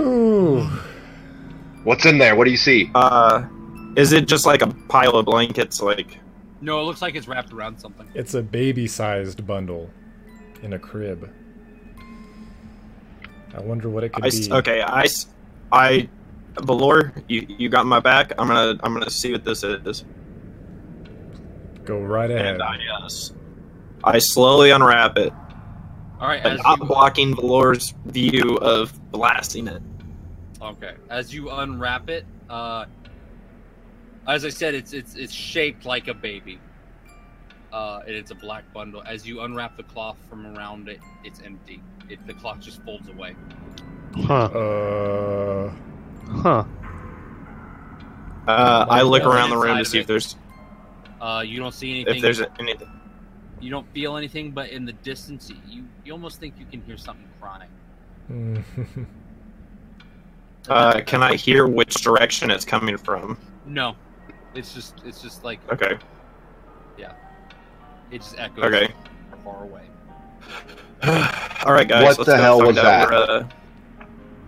Ooh.
What's in there? What do you see?
Uh, is it just like a pile of blankets? Like,
No, it looks like it's wrapped around something.
It's a baby sized bundle in a crib. I wonder what it could
I
be.
s okay, I, s- I, Valor, you, you got my back. I'm gonna, I'm gonna see what this is.
Go right ahead.
And I, uh, s- I slowly unwrap it,
All right,
but
as
not
you-
blocking Valor's view of blasting it.
Okay. As you unwrap it, uh, as I said, it's it's it's shaped like a baby, uh, and it's a black bundle. As you unwrap the cloth from around it, it's empty. It, the cloth just folds away.
Huh.
Uh,
Huh.
Uh, I look around the
Inside
room to
of
see
it.
if there's
Uh, you don't see anything.
if there's anything.
you don't feel anything, but in the distance, you you almost think you can hear something crying.
mm,
Uh, can I hear which direction it's coming from?
No, it's just it's just like
Okay,
it just echoes
okay.
far away.
All right, guys. let's
What
go
the hell
find
was
out
that?
where, uh,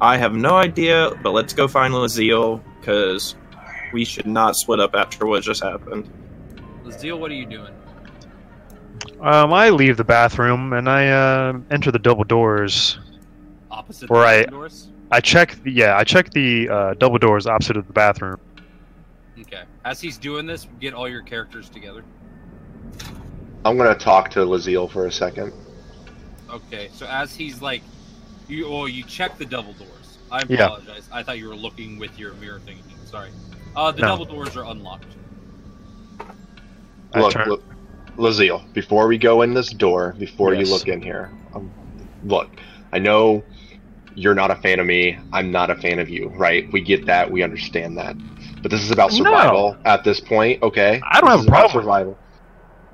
I have no idea, but let's go find Laziel because we should not split up after what just happened.
Lazeel, what are you doing?
Um, I leave the bathroom and I uh, enter the double doors.
Opposite
Where I-
the doors.
I check. The, yeah, I check the uh, double doors opposite of the bathroom.
Okay. As he's doing this, get all your characters together.
I'm gonna talk to Laziel for a second.
Okay, so as he's like, you well, you check the double doors. I
Yeah.
apologize. I thought you were looking with your mirror thing. again. Sorry. Uh, the
No.
double doors are unlocked.
I
Look,
turn-
look, Laziel, before we go in this door, before
Yes.
you look in here, um, look, I know you're not a fan of me. I'm not a fan of you, right? We get that. We understand that. But this is about
No.
survival at this point, okay?
I don't
This
have
is
a
about
problem.
survival.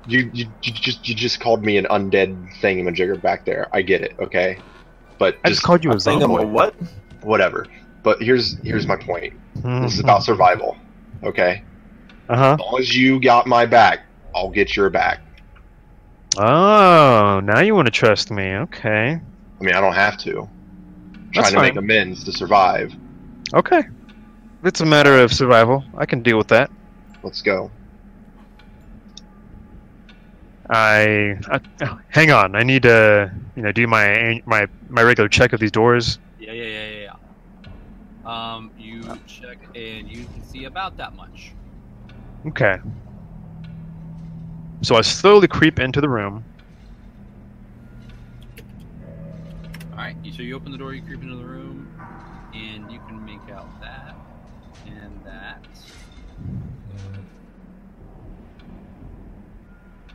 You, you you just you just called me an undead thingamajigger back there. I get it, okay? But
I just called you a
Think of
zombie.
a what?
whatever. But here's here's my point. This
Hmm.
is
Mm-hmm.
about survival, okay?
Uh huh.
As long as you got my back, I'll get your back.
Oh, now you want to trust me? Okay.
I mean, I don't have to. I'm
That's
trying to make
fine.
amends to survive.
Okay. It's a matter of survival. I can deal with that.
Let's go.
I, I oh, hang on. I need to, you know, do my my my regular check of these doors.
Yeah, yeah, yeah, yeah. yeah. Um, you check and you can see about that much.
Okay. So I slowly creep into the room.
All right. you- So you open the door, you creep into the room, and you can make out that and that.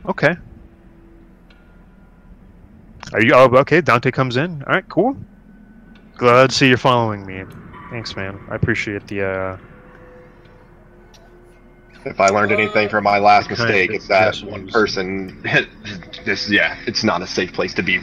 Okay. Are you? Oh, okay. Dante comes in. All right. Cool. Glad to see you're following me. Thanks, man. I appreciate the. uh
If I learned anything from my last
Kind
mistake,
of
it's that
discussion.
one person. this, yeah, it's not a safe place to be.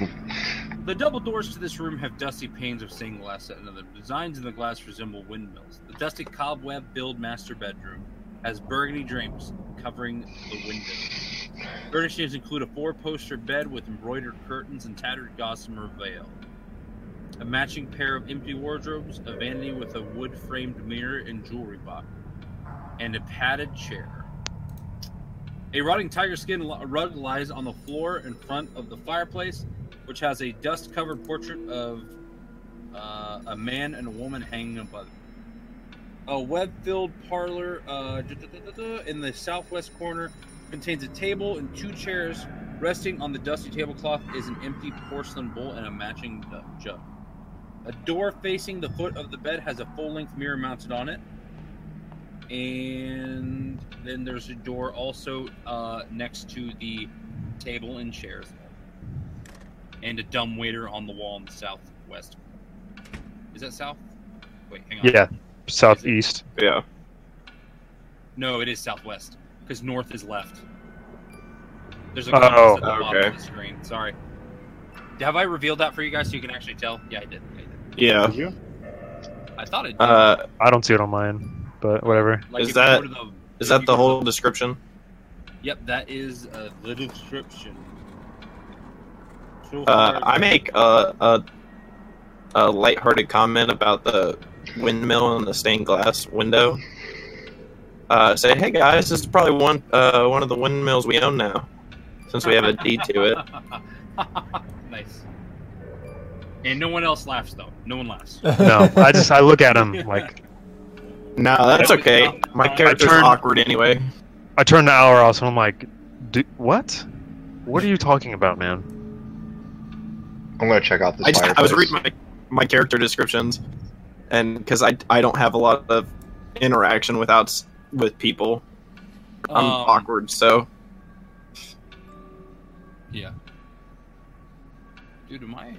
The double doors to this room have dusty panes of stained glass at another. Designs in the glass resemble windmills. The dusty cobweb filled master bedroom has burgundy drapes covering the windows. Furnishings include a four poster bed with embroidered curtains and tattered gossamer veil. A matching pair of empty wardrobes, a vanity with a wood framed mirror and jewelry box, and a padded chair. A rotting tiger skin lo- rug lies on the floor in front of the fireplace which has a dust covered portrait of uh, a man and a woman hanging above it. A web filled parlor uh, duh, duh, duh, duh, duh, in the southwest corner contains a table and two chairs. Resting on the dusty tablecloth is an empty porcelain bowl and a matching du- jug. A door facing the foot of the bed has a full length mirror mounted on it. And then there's a door also uh, next to the table and chairs and a dumb waiter on the wall in the southwest. Is that south? Wait, hang on.
Yeah, southeast.
Yeah.
No, it is southwest because north is left. There's a
Oh,
compass at the bottom
okay.
of the screen. Sorry. Have I revealed that for you guys so you can actually tell? Yeah, I did. I, did.
Yeah.
I thought it. Did.
Uh,
I don't see it on mine, but whatever.
like
is
if you go
that-
to the-
is
if
that
you
the
go to
whole description?
Yep, that is a little description. So far-
Uh, I make a, a a lighthearted comment about the windmill and the stained glass window. Uh, say, hey guys, this is probably one uh, one of the windmills we own now, since we have a deed to it.
nice. And no one else laughs though. No one laughs.
No, I just I look at him like
No, that's
That was
okay.
not-
My
I
character's
turned-
awkward anyway.
I turn to Alaros and I'm like, D- what? What are you talking about, man?
I'm gonna check out this.
I just I was
fireplace.
reading my, my character descriptions, and because I I don't have a lot of interaction without s- with people, I'm
Um,
awkward. So
Yeah. Dude, am I?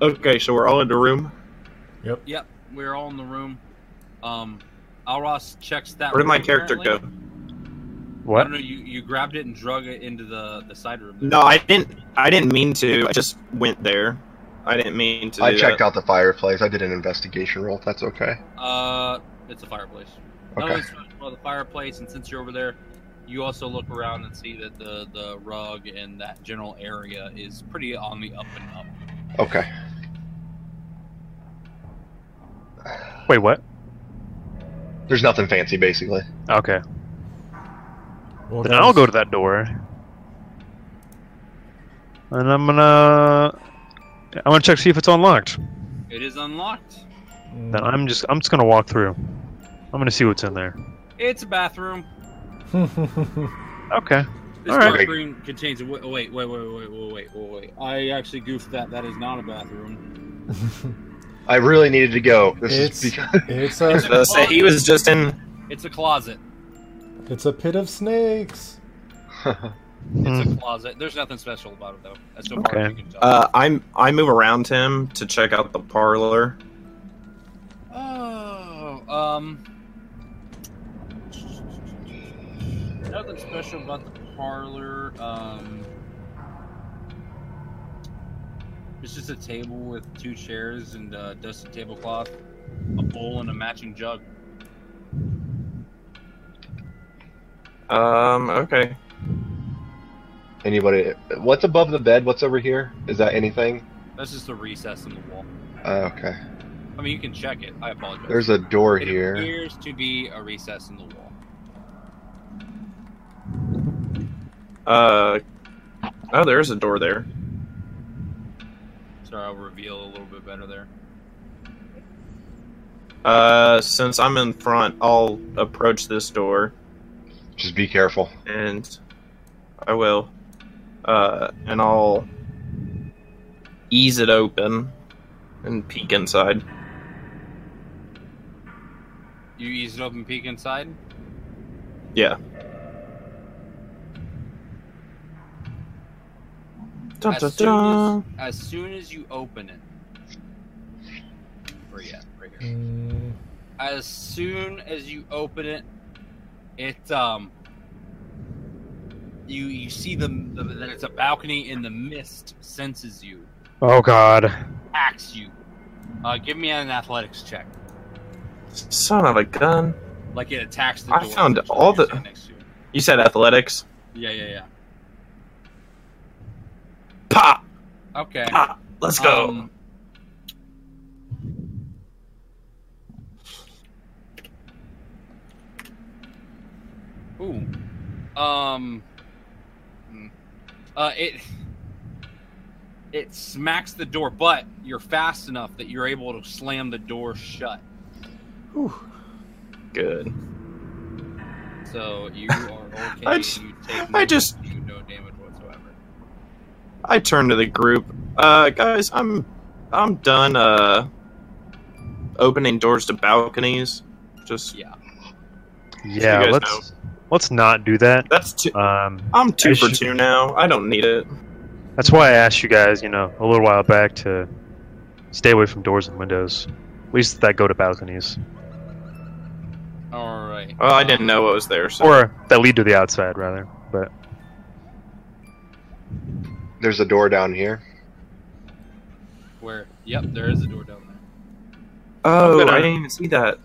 okay, so we're all in the room.
Yep, we're all in the room. Um, Alros checks that.
Where did my
room,
character go?
apparently. I
What?
don't know. You you grabbed it and drug it into the the side room.
No, I didn't. I didn't mean to. I just went there. I didn't mean to.
I
do
checked
that.
out the fireplace. I did an investigation roll. If that's okay.
Uh, it's a fireplace. Not
Okay.
only search for the fireplace, and since you're over there, you also look around and see that the the rug and that general area is pretty on the up and up.
Okay.
Wait, what?
There's nothing fancy, basically.
Okay,
Well,
then
guys,
I'll go to that door, and I'm gonna I'm gonna check see if it's unlocked.
It is unlocked.
mm,
Then I'm just I'm just gonna walk through. I'm gonna see what's in there.
It's a bathroom.
Okay.
This
All right.
bathroom contains. Wait, wait, wait, wait, wait, wait, wait, wait, wait. I actually goofed that. That is not a bathroom.
I really needed to go. This
It's-
is because
it's a
Uh, say he was just in.
It's a closet.
it's a pit of snakes.
Hmm.
It's
Hmm.
a closet. There's nothing special about it though. That's so far as you
Okay.
can tell.
Uh, I'm. I move around him to check out the parlor.
Oh, um. Nothing special about the parlor. Um. It's just a table with two chairs and a dusted tablecloth, a bowl, and a matching jug.
Um. Okay.
anybody. What's above the bed? What's over here? Is that anything?
That's just a recess in the wall.
Uh, okay.
I mean, you can check it. I apologize.
There's a door
it
here.
appears to be a recess in the wall.
Uh. Oh, there's a door there.
Sorry, I'll reveal a little bit better there.
Uh, since I'm in front, I'll approach this door,
Just be careful.
and I will. Uh, and I'll ease it open and peek inside.
You ease it up and peek inside.
Yeah. Dun, dun,
As soon
dun.
as, as soon as you open it, where you at? Right here.
Mm,
As soon as you open it, it um, you you see the, the that it's a balcony, and the mist senses you,
Oh God.
acts you. Uh, give me an athletics check,
Son of a gun.
like it attacks the.
I
door
found
that you're
all the-
standing Next to.
You said athletics.
Yeah, yeah,
Pop!
yeah. Okay.
Pop! Let's go.
Um, ooh. Um. hmm. Uh, it. It smacks the door, but you're fast enough that you're able to slam the door shut.
Good.
So you are okay.
I just-
you take
I
no-
just-
you do no damage whatsoever.
I turn to the group. Uh, guys, I'm, I'm done. Uh, opening doors to balconies. Just
Yeah.
Yeah.
guys
Let's let's not do that.
that's too.
Um.
I'm two
I
for
should-
two now. I don't need it.
That's why I asked you guys, you know, a little while back to stay away from doors and windows. At least that go to balconies.
All right.
Well, I didn't know what was there, so
Or that lead to the outside, rather. But
There's a door down here.
Where? Yep, there is a door down there.
oh,
Good eye.
I didn't even see that.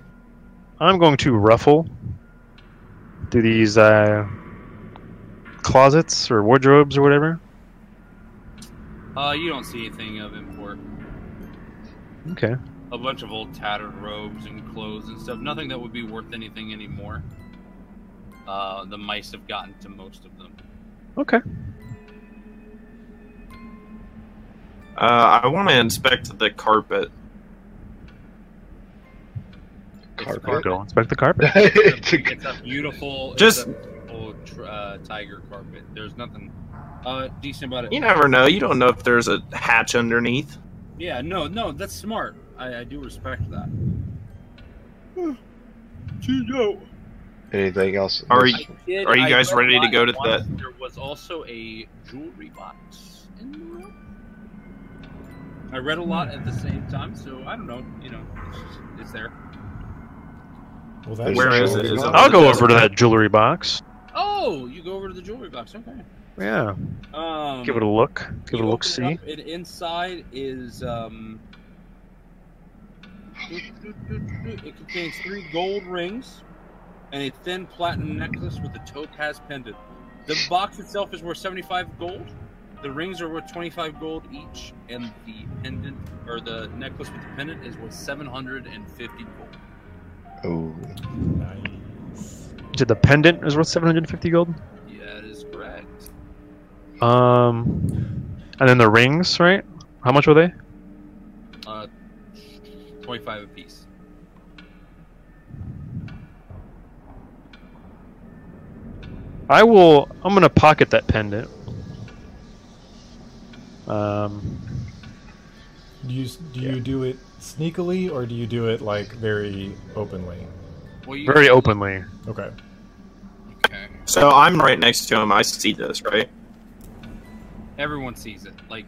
I'm going to ruffle through these uh, closets or wardrobes or whatever.
Uh, you don't see anything of import.
Okay.
A bunch of old tattered robes and clothes and stuff. Nothing that would be worth anything anymore. Uh, the mice have gotten to most of them.
Okay.
Uh, I want to inspect the carpet.
It's
Carpet.
carpet.
Go inspect the carpet.
It's a,
It's
it's a beautiful,
Just-
it's a beautiful tr- uh, tiger carpet. There's nothing uh, decent about it.
You never know. You don't know if there's a hatch underneath.
Yeah, no, no, that's smart. I, I do respect that.
Hmm.
Anything else?
Are you-
I did-
are you
I
guys
read
ready to
by
go to
once There was also a jewelry box in the room. I read a lot at the same time, so I don't know. You know, it's, just, it's there.
Well, that's
Where
sure
is it?
we
Is it
got.
on
I'll go over to that jewelry box.
Oh, you go over to the jewelry box. Okay.
Yeah.
Um,
Give it a look. Give it
you
a
open it
look. See.
up, and inside is um. It contains three gold rings and a thin platinum necklace with a topaz pendant. The box itself is worth seventy-five gold. The rings are worth twenty-five gold each, and the pendant or the necklace with the pendant is worth seven hundred and fifty gold.
Oh,
Nice.
Did the pendant is worth 750 gold?
Yeah, that is correct.
Um, and then the rings, right? How much were they?
Uh, twenty-five apiece.
I will. I'm gonna pocket that pendant. Um,
Do you do you do it sneakily or do you do it like very openly?
Well, you
very openly.
Okay.
Okay.
So I'm right next to him. I see this, right?
Everyone sees it. Like,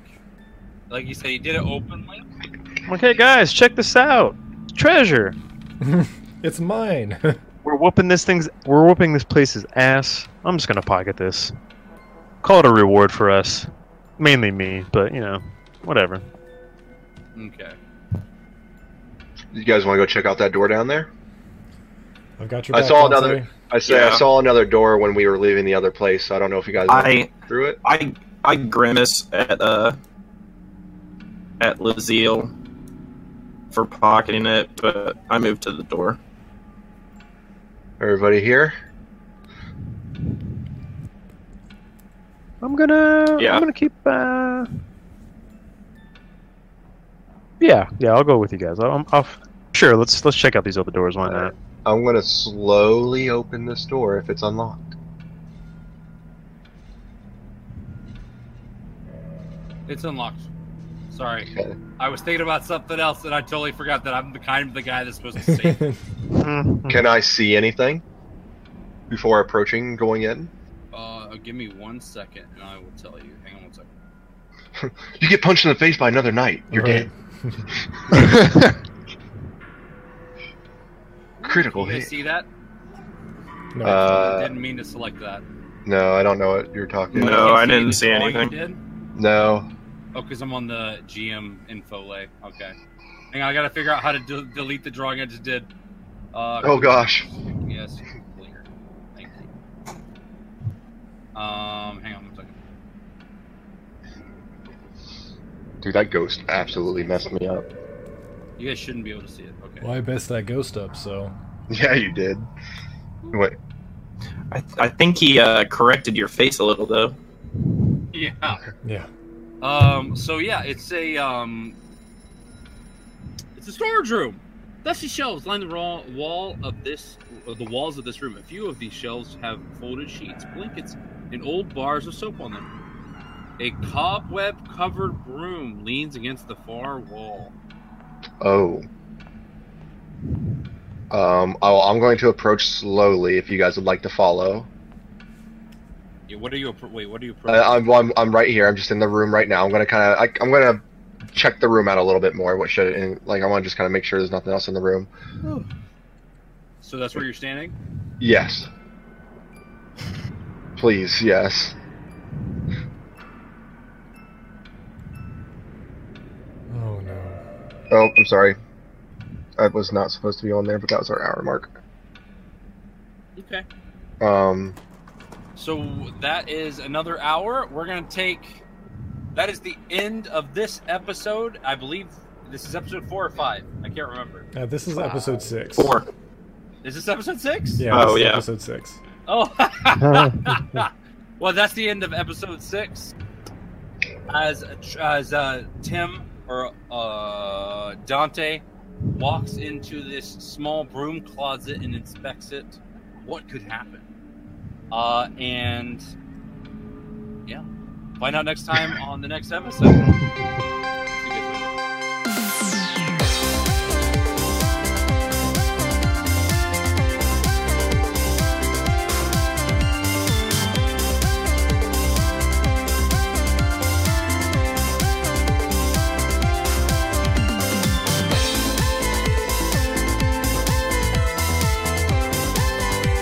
like you say, you did it openly.
I'm like, hey guys, check this out. Treasure.
It's mine.
We're whooping this thing's. We're whooping this place's ass. I'm just gonna pocket this. Call it a reward for us. Mainly me, but you know, whatever.
Okay.
you guys want to go check out that door down there?
I've got your
I
back,
saw
Dante.
another- I say I
Yeah.
saw another door when we were leaving the other place. I don't know if you guys
I
went through it.
I I grimace at uh at Laziel for pocketing it, but I move to the door.
Everybody here?
I'm gonna.
Yeah.
I'm gonna keep. Uh... Yeah, yeah. I'll go with you guys. I'll, I'm- I'll, f- sure. Let's let's check out these other doors. Why not?
I'm gonna slowly open this door if it's unlocked.
It's unlocked. Sorry,
Okay.
I was thinking about something else and I totally forgot that I'm the kind of the guy that's supposed to say.
Mhm.
Can I see anything before approaching going in?
uh, give me one second and I will tell you. Hang on one second.
You get punched in the face by another knight. You're
Right.
dead.
Mm-hmm.
Critical
You guys
hit.
see that?
No.
I
Uh,
didn't mean to select that.
no, I don't know what you're talking.
No,
You
about.
I didn't
this
see
all you
anything.
did?
No.
Oh, because I'm on the GM info lay. Okay. Hang on, I gotta figure out how to de- delete the drawing I just did. Uh,
Oh gosh.
Yes, clear. Thank you. Um, hang on one second.
Dude, that ghost absolutely messed me up.
You guys shouldn't be able to see it. Okay.
well, I messed that ghost up, so
Yeah, you did. Wait.
I, I think he uh, corrected your face a little though.
Yeah.
yeah.
Um. So yeah, it's a um. It's a storage room. Dusty shelves line the raw wall of this, or the walls of this room. A few of these shelves have folded sheets, blankets, and old bars of soap on them. A cobweb-covered broom leans against the far wall.
Oh. Um, I'll, I'm going to approach slowly if you guys would like to follow.
You What are you? appro- Wait, what are you? appro-
Uh, I'm, I'm I'm right here. I'm just in the room right now. I'm gonna kind of I'm gonna check the room out a little bit more. What should and like I want to just kind of make sure there's nothing else in the room.
so that's where you're standing.
Yes. Please, yes.
Oh no.
Oh, I'm sorry. I was not supposed to be on there, but that was our hour mark.
Okay.
Um,
So that is another hour. We're going to take. That is the end of this episode. I believe this is episode four or five. I can't remember.
Uh, this is episode six.
Four.
Is this episode six?
Yeah.
Oh,
this is
yeah.
Episode six.
Oh. well, that's the end of episode six. As as uh, Tim or uh, Dante walks into this small broom closet and inspects it, what could happen? Uh, and yeah, find out next time on the next episode.